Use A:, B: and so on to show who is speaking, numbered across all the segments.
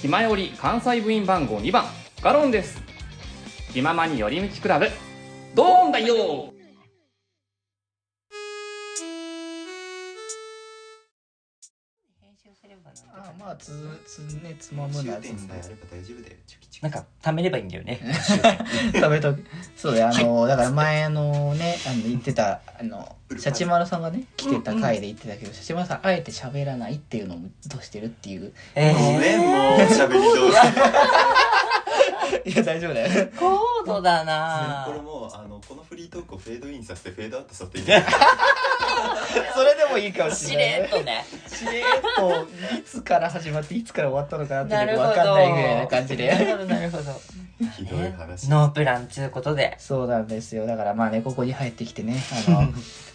A: 暇より関西部員番号2番ガロンです暇間に寄り道クラブドーンだよ
B: 編集すればなん
C: あ
B: とか
C: まあつつねつまむなつ
D: 終点さえあれば大丈夫だよチュキチュキ
B: なんか貯めればいいんだよね
C: 食べとけそうだよあの、だから前あのねあの言ってたあのシャチマルさんがね来てた回で言ってたけど、シャチマルさんあえて喋らないっていうのをずっとしてるって いう
B: え
D: ごめんもう喋りどうし
C: いや大丈夫だよ
B: 高度だ
D: これ
B: な
D: もうあのこのフリートークをフェードインさせてフェードアウトさせていいんじゃない
C: それでもいいかもし
B: し
C: れな
B: れ
C: い
B: っとね
C: しれっといつから始まっていつから終わったのかな
B: な
C: って
B: る
C: いう
B: ほ
C: の
B: ど
C: 分かんないぐらいな感じ
B: なる
C: で
B: ほどなるほど
D: ひどい話
B: ノープランちゅうことで
C: そうなんですよだからまあねここに入ってきてね あの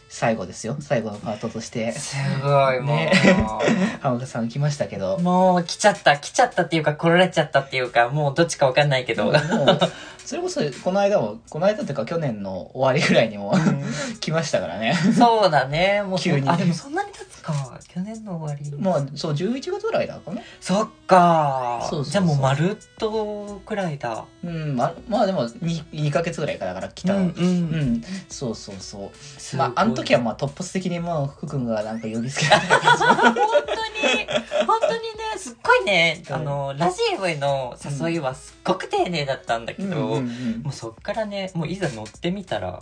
C: 最後ですよ最後のパートとして
B: すごいもう、
C: ね浜田さん来ましたけど
B: もう来ちゃった来ちゃったっていうか来られちゃったっていうかもうどっちかわかんないけど、
C: もうそれこそこの間もこの間っていうか去年の終わりぐらいにも来ましたからね
B: そうだねもう
C: 急に
B: あでもそんなに経つか去年の終わり
C: まあそう11月ぐらいだかな
B: そっか
C: そうそうそう
B: じゃあもうまるっとくらいだ
C: うんまあまあでも 2, 2ヶ月ぐらいかだから来た
B: う
C: うん、
B: うんん、
C: そうそうそう
B: すごい
C: まああの時はまあ突発的にもう福君がなんか呼びつけられて
B: 本当に本当にねすっごいねあのラジオへの誘いはすっごく丁寧だったんだけ
C: うん
B: ど、
C: うん うん
B: もうそっからねもういざ乗ってみたら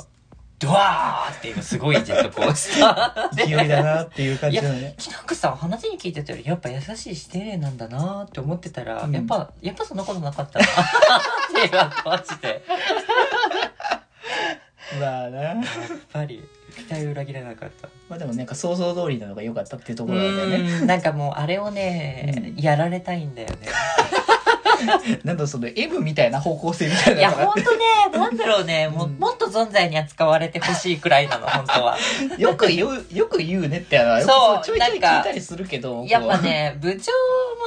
B: ドワーっていうすごいジェットコース ターで
C: 勢いだなっていう感じだね
B: きなこさん話に聞いてたらやっぱ優しいし丁寧なんだなって思ってたら、
C: うん
B: やっぱやっぱそんなことなかったなっていうのマジ でや
C: まあな
B: っぱり期待を裏切らなかった
C: まあでもなんか想像通りなのが良かったっていうとこ
B: う
C: ろなんだよね
B: んなんかもうあれをね、やられたいんだよね
C: なんだその M みたいな方向性みたい
B: いや
C: なのが
B: ほんとね なんだろうねもう
C: うん
B: もっと存在に扱われてほしいくらい なの本当は
C: よく言うよく言うねってあの
B: そう
C: ちょいちょい聞い
B: なんか
C: たりするけど
B: やっぱね部長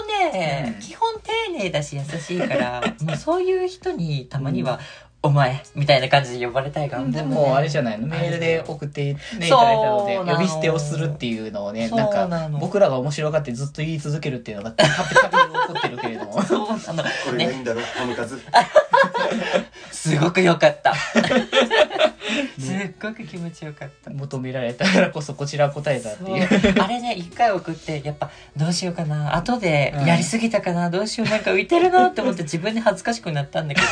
B: もね、
C: うん
B: 基本丁寧だし優しい からもうそういう人にたまには「お前」みたいな感じで呼ばれたいが、
C: でもあれじゃないのメールで送って、ね、いただいたので
B: そうなの
C: 呼び捨てをするっていうのをね
B: そうな
C: なん
B: の
C: か僕らが面白がってずっと言い続けるっていうのがたびたび起こってるけれども
B: そうなの
D: これがいいんだろこの数
B: すごく良か った すっごく気持ちよかった
C: 求められたからこそこちら答えたっていう
B: そうあれね一回送ってやっぱどうしようかな後でやりすぎたかな、どうしようなんか浮いてるなって思って自分で恥ずかしくなったんだけど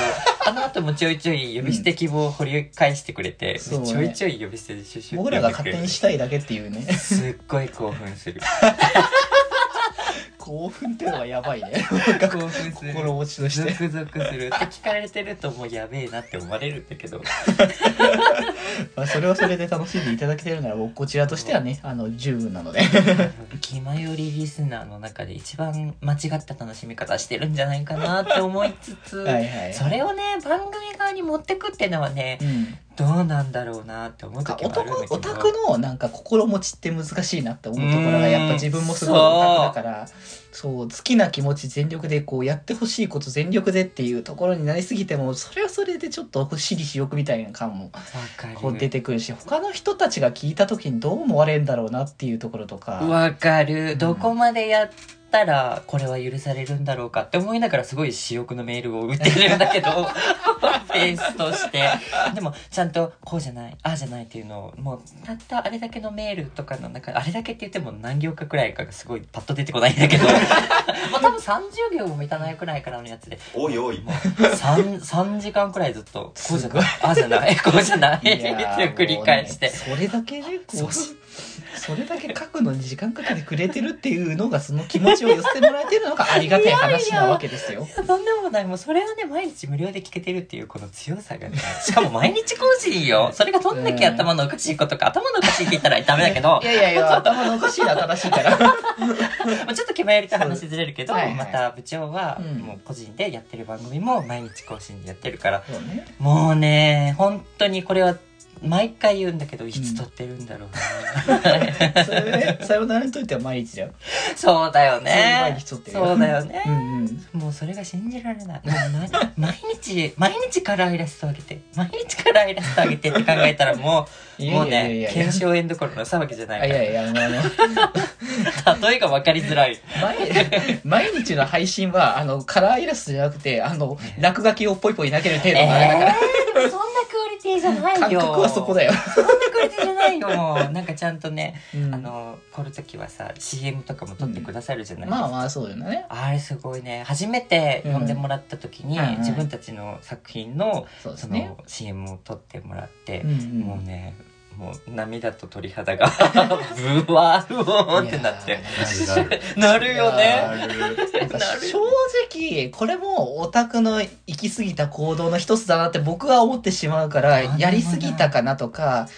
B: あの後もちょいちょい呼び捨て希望を掘り返してくれて、
C: そうね
B: ちょいちょい呼び捨てでシュッシュッ
C: 僕らが勝手にしたいだけっていうね
B: すっごい興奮する
C: 興奮っていうのはや ばいね
B: 興奮する
C: 心持ちと
B: ゾ
C: して
B: クゾクするって聞かれてるともうやべえなって思われるんだけ ど
C: まあそれはそれで楽しんでいただけてるなら僕こちらとしてはねあの十分なので
B: 気前よりリスナーの中で一番間違った楽しみ方してるんじゃないかなって思いつつ
C: はいはい
B: それをね番組側に持ってくってのはね
C: うん
B: どうなんだろうなって思う
C: なんか
B: 時
C: オ
B: もあ
C: タ
B: るんだけ
C: ク
B: ど
C: オタクのなんか心持ちって難しいなって思うところがやっぱ自分もすごい
B: うん
C: オタクだからそう好きな気持ち全力でこうやってほしいこと全力でっていうところになりすぎてもそれはそれでちょっと私利私欲みたいな感もこ
B: わか
C: う出
B: る
C: てくるし他の人たちが聞いた時にどう思われるんだろうなっていうところとか
B: わか
C: う
B: る
C: ん
B: どこまでやったらこれは許されるんだろうかって思いながらすごい私欲のメールを打ってるんだけ どフェースとしてでもちゃんとこうじゃないああじゃないっていうのをもうたったあれだけのメールとかの中あれだけって言っても何行かくらいかがすごいパッと出てこないんだけ どもう多分30行も満たないくらいからのやつで
D: おいおい
B: 3, 3時間くらいずっとこうじゃないああじゃ ないこうじゃないっ
C: い
B: て
C: や ー
B: 繰り返して
C: もうねそれだけねこ
B: そう
C: うそれだけ書くのに時間かけてくれてるっていうのがその気持ちを寄せてもらえてるのがありがたい話なわけですよ。
B: とんでもない。もうそれをね、毎日無料で聞けてるっていうこの強さがね。しかも毎日更新 よ。それがどんだけ頭のおかしいことか、頭のおかしいって言ったらダメだけど
C: い、やいやい や、頭のおかしいな、正しいから。
B: まあちょっと決まりと話ずれるけど、
C: はいはい
B: また部長は
C: うん
B: もう個人でやってる番組も毎日更新でやってるから、
C: そうね。
B: もうね、本当にこれは毎回言うんだけどいつ撮ってるんだ ろうな、
C: それねさよならにといては毎日だよ
B: そうだよ
C: 毎
B: ね
C: 日撮って る
B: そうだよね、
C: うんうん
B: もうそれが信じられない。もうま毎日、毎日カラーイラストあげて、毎日カラーイラストあげてって考えたらもう、
C: いやいや
B: もう
C: いやい
B: ね
C: や、
B: 検証炎どころの騒ぎじゃない
C: あ
B: か
C: い
B: ら。
C: やいやあのあの
B: 例えが分かりづらい。
C: 毎毎日の配信はあのカラーイラストじゃなくてあの落書きをポイポイ投げる程度のあれだから、
B: えーそんなクオリティじゃない
C: 感
B: よ。
C: 覚はそこだよ、
B: そんなクオリティじゃないよ。 もうなんかちゃんとね、
C: うん
B: あの、この時はさ、CM とかも撮ってくださるじゃないですか。
C: まあまあそうだよね
B: あれすごいね初めて呼んでもらった時に、
C: うんはいはい
B: 自分たちの作品の
C: そうです
B: そ
C: ね
B: の CM を撮ってもらって、
C: うんうん
B: もうねもう涙と鳥肌が ブワーブワーってなって
D: なる
B: なるよ
C: いや
B: ね
D: なるなる
C: なんか正直これもオタクの行き過ぎた行動の一つだなって僕は思ってしまうから
B: あ
C: やり過ぎたかなとか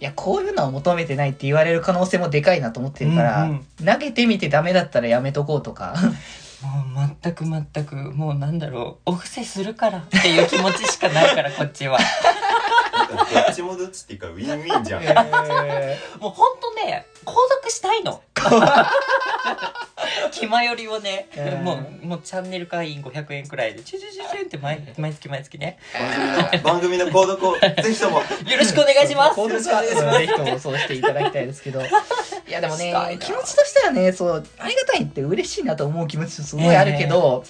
C: いやこういうのは求めてないって言われる可能性もでかいなと思ってるから、
B: うん
C: 投げてみてダメだったらやめとこうとか
B: もう全く全くもうなんだろうお布施するからっていう気持ちしかない からこっちは
D: どっちもどっちっていうかウィンウィンじゃん
B: もうほんとね購読したい の気まよりをね、
C: うん
B: もうもうチャンネル会員500円くらいでチュチュチュチュンって毎毎月毎月ね
D: 番組の番組の購読をぜひとも
B: よろしくお願いします。
C: 購読 はぜひともそうしていただきたいですけどいやでもね
B: したいな
C: 気持ちとしてはねそうありがたいって嬉しいなと思う気持ちもすごいあるけど、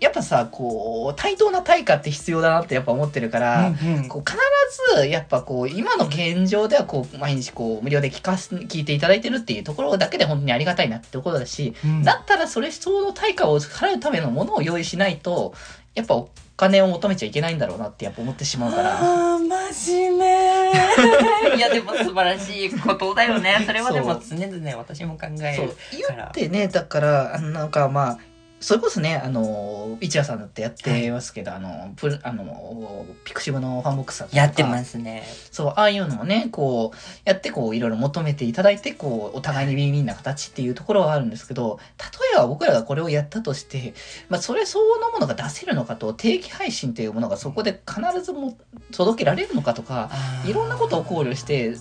C: やっぱさこう対等な対価って必要だなってやっぱ思ってるから、こう必ずやっぱこう今の現状ではこう毎日こう無料で聞かす聞いていただいてるっていうところだけで本当にありがたいなってところだし、
B: うん
C: だったらそれ相応の対価を払うためのものを用意しないとやっぱお金を求めちゃいけないんだろうなってやっぱ思ってしまうから。
B: あー真面目いやでも素晴らしいことだよ ねそれはでも常々私も考え
C: そう
B: る
C: 言
B: から
C: ってねだからあのなんかまあそれこそねあの一夜さんだってやってますけど、あのプルあのピクシブのファンボックスさんとか
B: やってますね
C: そう、ああいうのもね、こう、やってこう、いろいろ求めていただいて、こう、お互いにビンビンな形っていうところはあるんですけど、例えば僕らがこれをやったとして、まあ、それ相応のものが出せるのかと、定期配信っていうものがそこで必ずも届けられるのかとか、いろんなことを考慮して、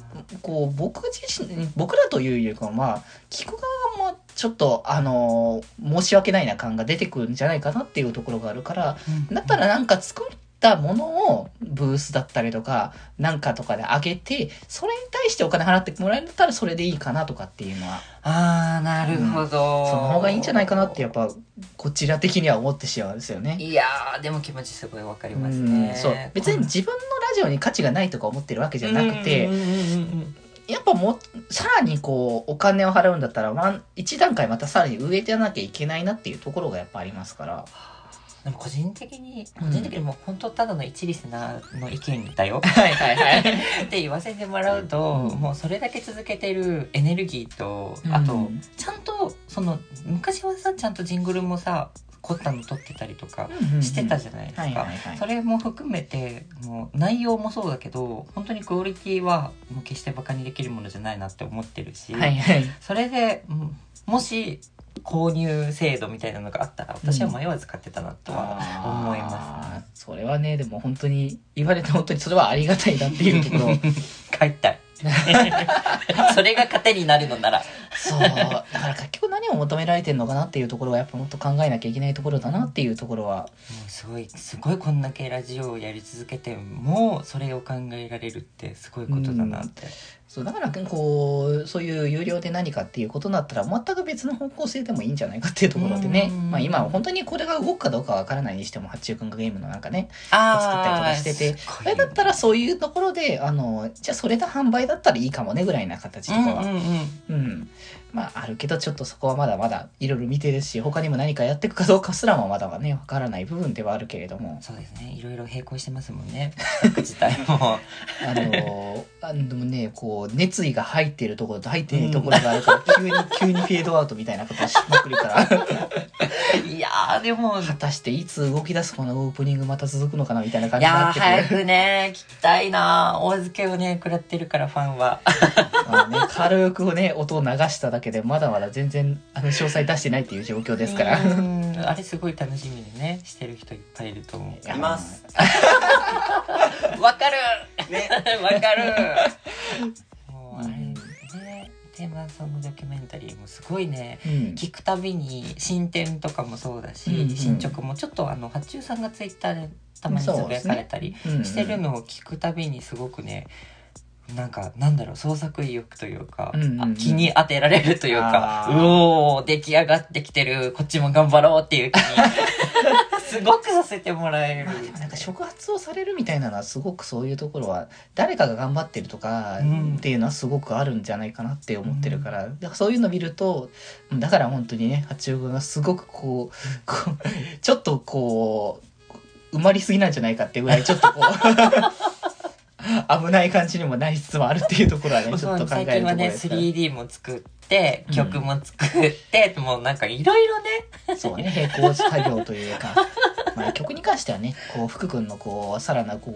C: こう、僕自身、僕らというよりかは、まあ、聞く側もちょっと、あの申し訳ないな感が出てくるんじゃないかなっていうところがあるから、だったらなんか作ったものをブースだったりとかなんかとかであげてそれに対してお金払ってもらえるんだったらそれでいいかなとかっていうのは
B: あーなるほど、
C: その方がいいんじゃないかなってやっぱこちら的には思ってしまうんですよね。
B: いやーでも気持ちすごいわかります
C: う
B: ね
C: んそう別に自分のラジオに価値がないとか思ってるわけじゃなくて、
B: うんうんうんうん
C: やっぱもうさらにこうお金を払うんだったらワン一段階またさらに上じゃなきゃいけないなっていうところがやっぱありますから
B: でも個人的に
C: う
B: 個
C: ん
B: 人的にもう本当ただの一リスナーの意見だよ
C: はいはいはい
B: って言わせてもらうと、もうそれだけ続けてるエネルギーと、
C: うん
B: あとちゃんとその昔はさちゃんとジングルもさ凝ったの撮ってたりとかしてた
C: じ
B: じゃないですか、
C: はいはいはい
B: それも含めてもう内容もそうだけど本当にクオリティはもう決してバカにできるものじゃないなって思ってるし、
C: はいはい
B: それでうんもし購入制度みたいなのがあったら私は迷わず買ってたなとは思います、
C: あーそれはねでも本当に言われて本当にそれはありがたいなっていう ところ
B: 買いたい それが糧になるのなら
C: そうだから楽曲何を求められてるのかなっていうところはやっぱもっと考えなきゃいけないところだなっていうところは
B: もうすごいすごいこんだけラジオをやり続けてもそれを考えられるってすごいことだなって、
C: そうだからこうそういう有料で何かっていうことになったら全く別の方向性でもいいんじゃないかっていうところでね
B: うん
C: まあ今は本当にこれが動くかどうかわからないにしても八中君がゲームのなんかね作ったりとかしててそれだったらそういうところであのじゃあそれで販売だったらいいかもねぐらいな形と
B: う
C: か
B: ん
C: は。
B: うんうん
C: うん、まああるけどちょっとそこはまだまだいろいろ見てるし他にも何かやっていくかどうかすらもまだはねわからない部分ではあるけれども
B: そうですねいろいろ並行してますもんね企画自体も
C: あのあのでもねこう熱意が入っているところと入ってい ないところがあるから、急に急にフェードアウトみたいなことをしまくるから
B: いやーーでも
C: 果たしていつ動き出すこのオープニングまた続くのかなみたいな感
B: い
C: じに
B: やー
C: なってくる
B: 早くね聞きたいなーお預けをね食らってるからファンは
C: あのね、軽くね音を流しただけでまだまだ全然あの詳細出してないっていう状況ですから
B: うーんあれすごい楽しみでねしてる人いっぱいいると思
D: います
B: うわかる
D: ね
B: わかる もうあれねテーマさんのドキュメンタリーもすごいね
C: うん
B: 聞くたびに進展とかもそうだし、
C: うんうん
B: 進捗もちょっとあの八中さんがツイッターでたまにつぶやかれたり
C: うん
B: してるのを聞くたびにすごくねなんかなんだろう創作意欲というか、
C: うんうんうん
B: あ気に当てられるというか
C: あ
B: う
C: ー
B: おー出来上がってきてるこっちも頑張ろうっていう気 に すごくさせてもらえる、
C: まあでもなんか触発をされるみたいなのはすごくそういうところは誰かが頑張ってるとか
B: うん
C: っていうのはすごくあるんじゃないかなって思ってるから,、だからそういうの見るとだから本当にね八王子がすごくこうこうちょっとこう埋まりすぎなんじゃないかってぐらいちょっとこう危ない感じにもなりつつもあるっていうところはねちょっと考
B: 最
C: える
B: 近
C: とこ
B: は
C: ろ
B: ね
C: ですから
B: 3D も作って
C: うん
B: 曲も作って、もうなんかいろいろね
C: そうね並行作業というか。 まあ、曲に関してはね、こう、福君のこう、さらなこう、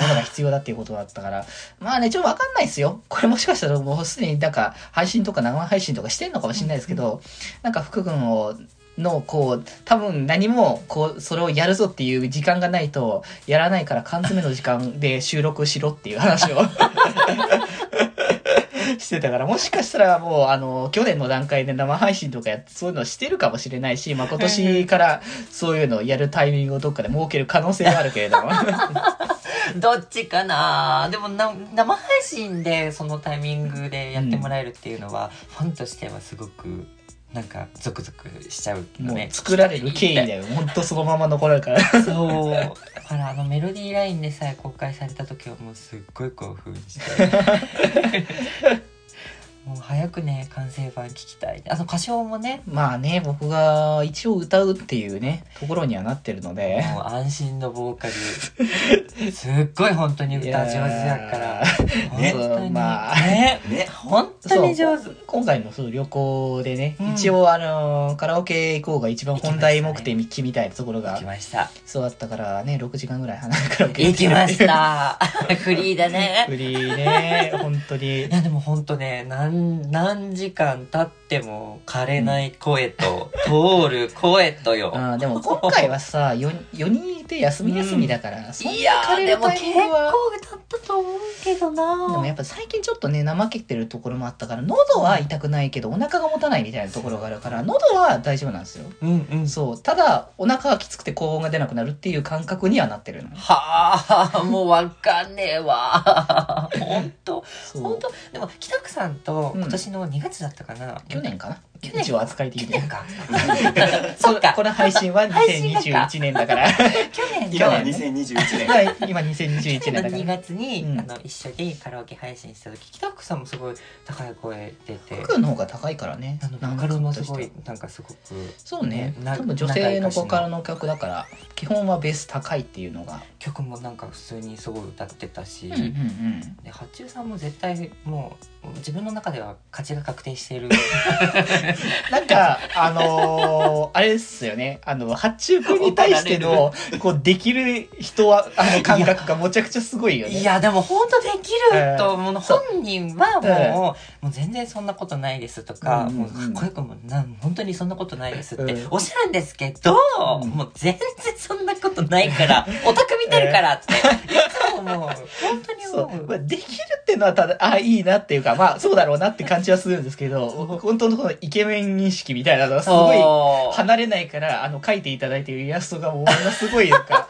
C: ものが必要だっていうことだったから、まあね、ちょっとわかんないですよ。これもしかしたらもうすでになんか、配信とか生配信とかしてんのかもしれないですけど、なんか福君を、の、こう、多分何も、こう、それをやるぞっていう時間がないと、やらないから缶詰の時間で収録しろっていう話を。してたからもしかしたらもうあの去年の段階で生配信とかやってそういうのしてるかもしれないし、まあ、今年からそういうのをやるタイミングをどっかで設ける可能性はあるけれども
B: どっちかなでもな生配信でそのタイミングでやってもらえるっていうのは、ファンとしてはすごくなんかゾクゾクしちゃうけど
C: もう
B: ね
C: 作られる経緯だよほんとそのまま残るから
B: そうだからあのメロディーラインでさえ公開された時はもうすっごい興奮して もう早くね完成版聞きたいあの歌唱もね
C: まあね僕が一応歌うっていうねところにはなってるので
B: もう安心のボーカルすっごい本当に歌上手だから
C: いやー
B: 本当に、
C: まあ
B: ね
D: ね
B: 本当に上手
C: 今回のそう旅行でね、
B: うん
C: 一応あのカラオケ行こうが一番本題目的みたいなところ
B: 行
C: が
B: きました
C: そうだったからね6時間ぐらい離れカラオケ
B: 行きました たフリーだね
C: フリーね本当に
B: いやでもほんとね何何時間経っても枯れない声と、通る声とよ
C: あーでも今回はさ 4, 4人いて休み休みだから、そんない
B: や
C: 枯
B: ー
C: れ
B: で
C: る
B: も
C: タイ
B: 結
C: ミングは
B: 構歌ったと思うけど
C: でも
B: な
C: やっぱ最近ちょっとね怠けてるところもあったから喉は痛くないけどお腹が持たないみたいなところがあるから喉は大丈夫なんですよ
B: うんうん
C: そうただお腹がきつくて高音が出なくなるっていう感覚にはなってるの
B: はあもうわかんねえ わ本当
C: そ
B: 本
C: う
B: 当でも北区さんと
C: うん
B: 今年の2月だったかな、
C: 去年かな
B: 去年
C: 一応扱い的
B: 去
C: に
B: 年かそっか
C: この配信 は
B: 配信だから
C: 2021年 だから
B: 去年の
D: 今は
C: 去年
D: 2021年
C: はい今2021
B: 去年
C: 年 だ
B: の
C: か
B: 2
C: ら
B: 月に、
C: うん
B: あの一緒にカラオケ配信した時北区さんもすごい高い声出て
C: 僕の方が高いからね
B: あの
C: なん
B: ボ
C: か
B: カルもすごいなんかすごく
C: そうね
B: ねな
C: 多分女性のボカルの曲だから基本はベース高いっていうのが、
B: 曲もなんか普通にすごい歌ってたし、
C: うんうんうん、
B: で八中さんも絶対もう自分の中では勝ちが確定している
C: なんかあのーあれっすよねあの発注君に対 してのこうできる人はあの感覚がむちゃくちゃすごいよね
B: いやでも本当できると思う、本人はもう,、
C: ええ
B: もう全然そんなことないですとか、
C: うん
B: もうかっこよくもなん本当にそんなことないですって
C: うん
B: おっしゃるんですけど、
C: うん
B: もう全然そんなことない からオタク見てるからって、いつももう本当に
C: そ
B: 思
C: う
B: う。
C: まあ、できるっていうのはただあいいなっていうかまあそうだろうなって感じはするんですけど本当のこのイケメン認識みたいなのがすごい
B: そう
C: 離れないからあの書いていただいてるイラストがもうものすごいなんか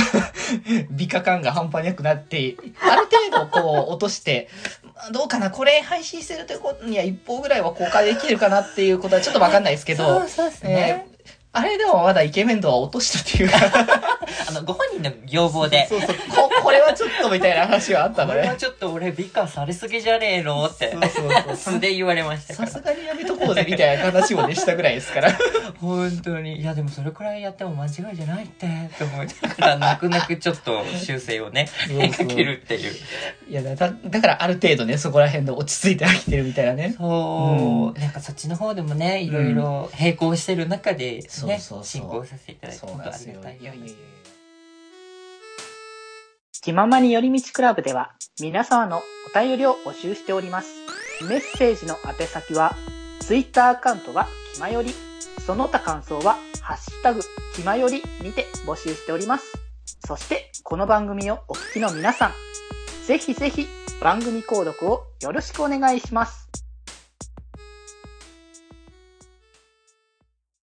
C: 美化感が半端なくなってある程度こう落としてどうかなこれ配信してるということには一方ぐらいは公開できるかなっていうことはちょっとわかんないですけ
B: そ
C: ど
B: う。そうですね
C: ね。あれでもまだイケメン度は落としたっていうか
B: あのご本人の要望で
C: そうそうこここれはちょっとみたいな話はあった
B: こ
C: の
B: れは
C: ね。
B: ちょっと俺美化されすぎじゃねえのって
C: そうそうそう
B: 素で言われましたか
C: さ
B: ら
C: すがにやめとこうぜみたいな話もねしたぐらいです から。
B: 本当にいやでもそれくらいやっても間違いじゃないってって思いながら 泣く泣くちょっと修正をね
C: そうそう
B: かけるっていう
C: いやだ、だからある程度ね、そこら辺で落ち着いて飽きてるみたいなね。
B: そう、
C: うん
B: なんかそっちの方でもねいろいろ並行してる中でね、
C: そうそうそう
B: 進行させていただいて
C: そう
B: 本
C: なん
B: 当あ
C: です
B: り
C: よ
B: がたい。
C: いやいやいや
E: 気ままに寄り道クラブでは皆様のお便りを募集しております。メッセージの宛先は Twitter アカウントは気まより、その他感想はハッシュタグ気まよりにて募集しております。そしてこの番組をお聞きの皆さん、ぜひぜひ番組購読をよろしくお願いします。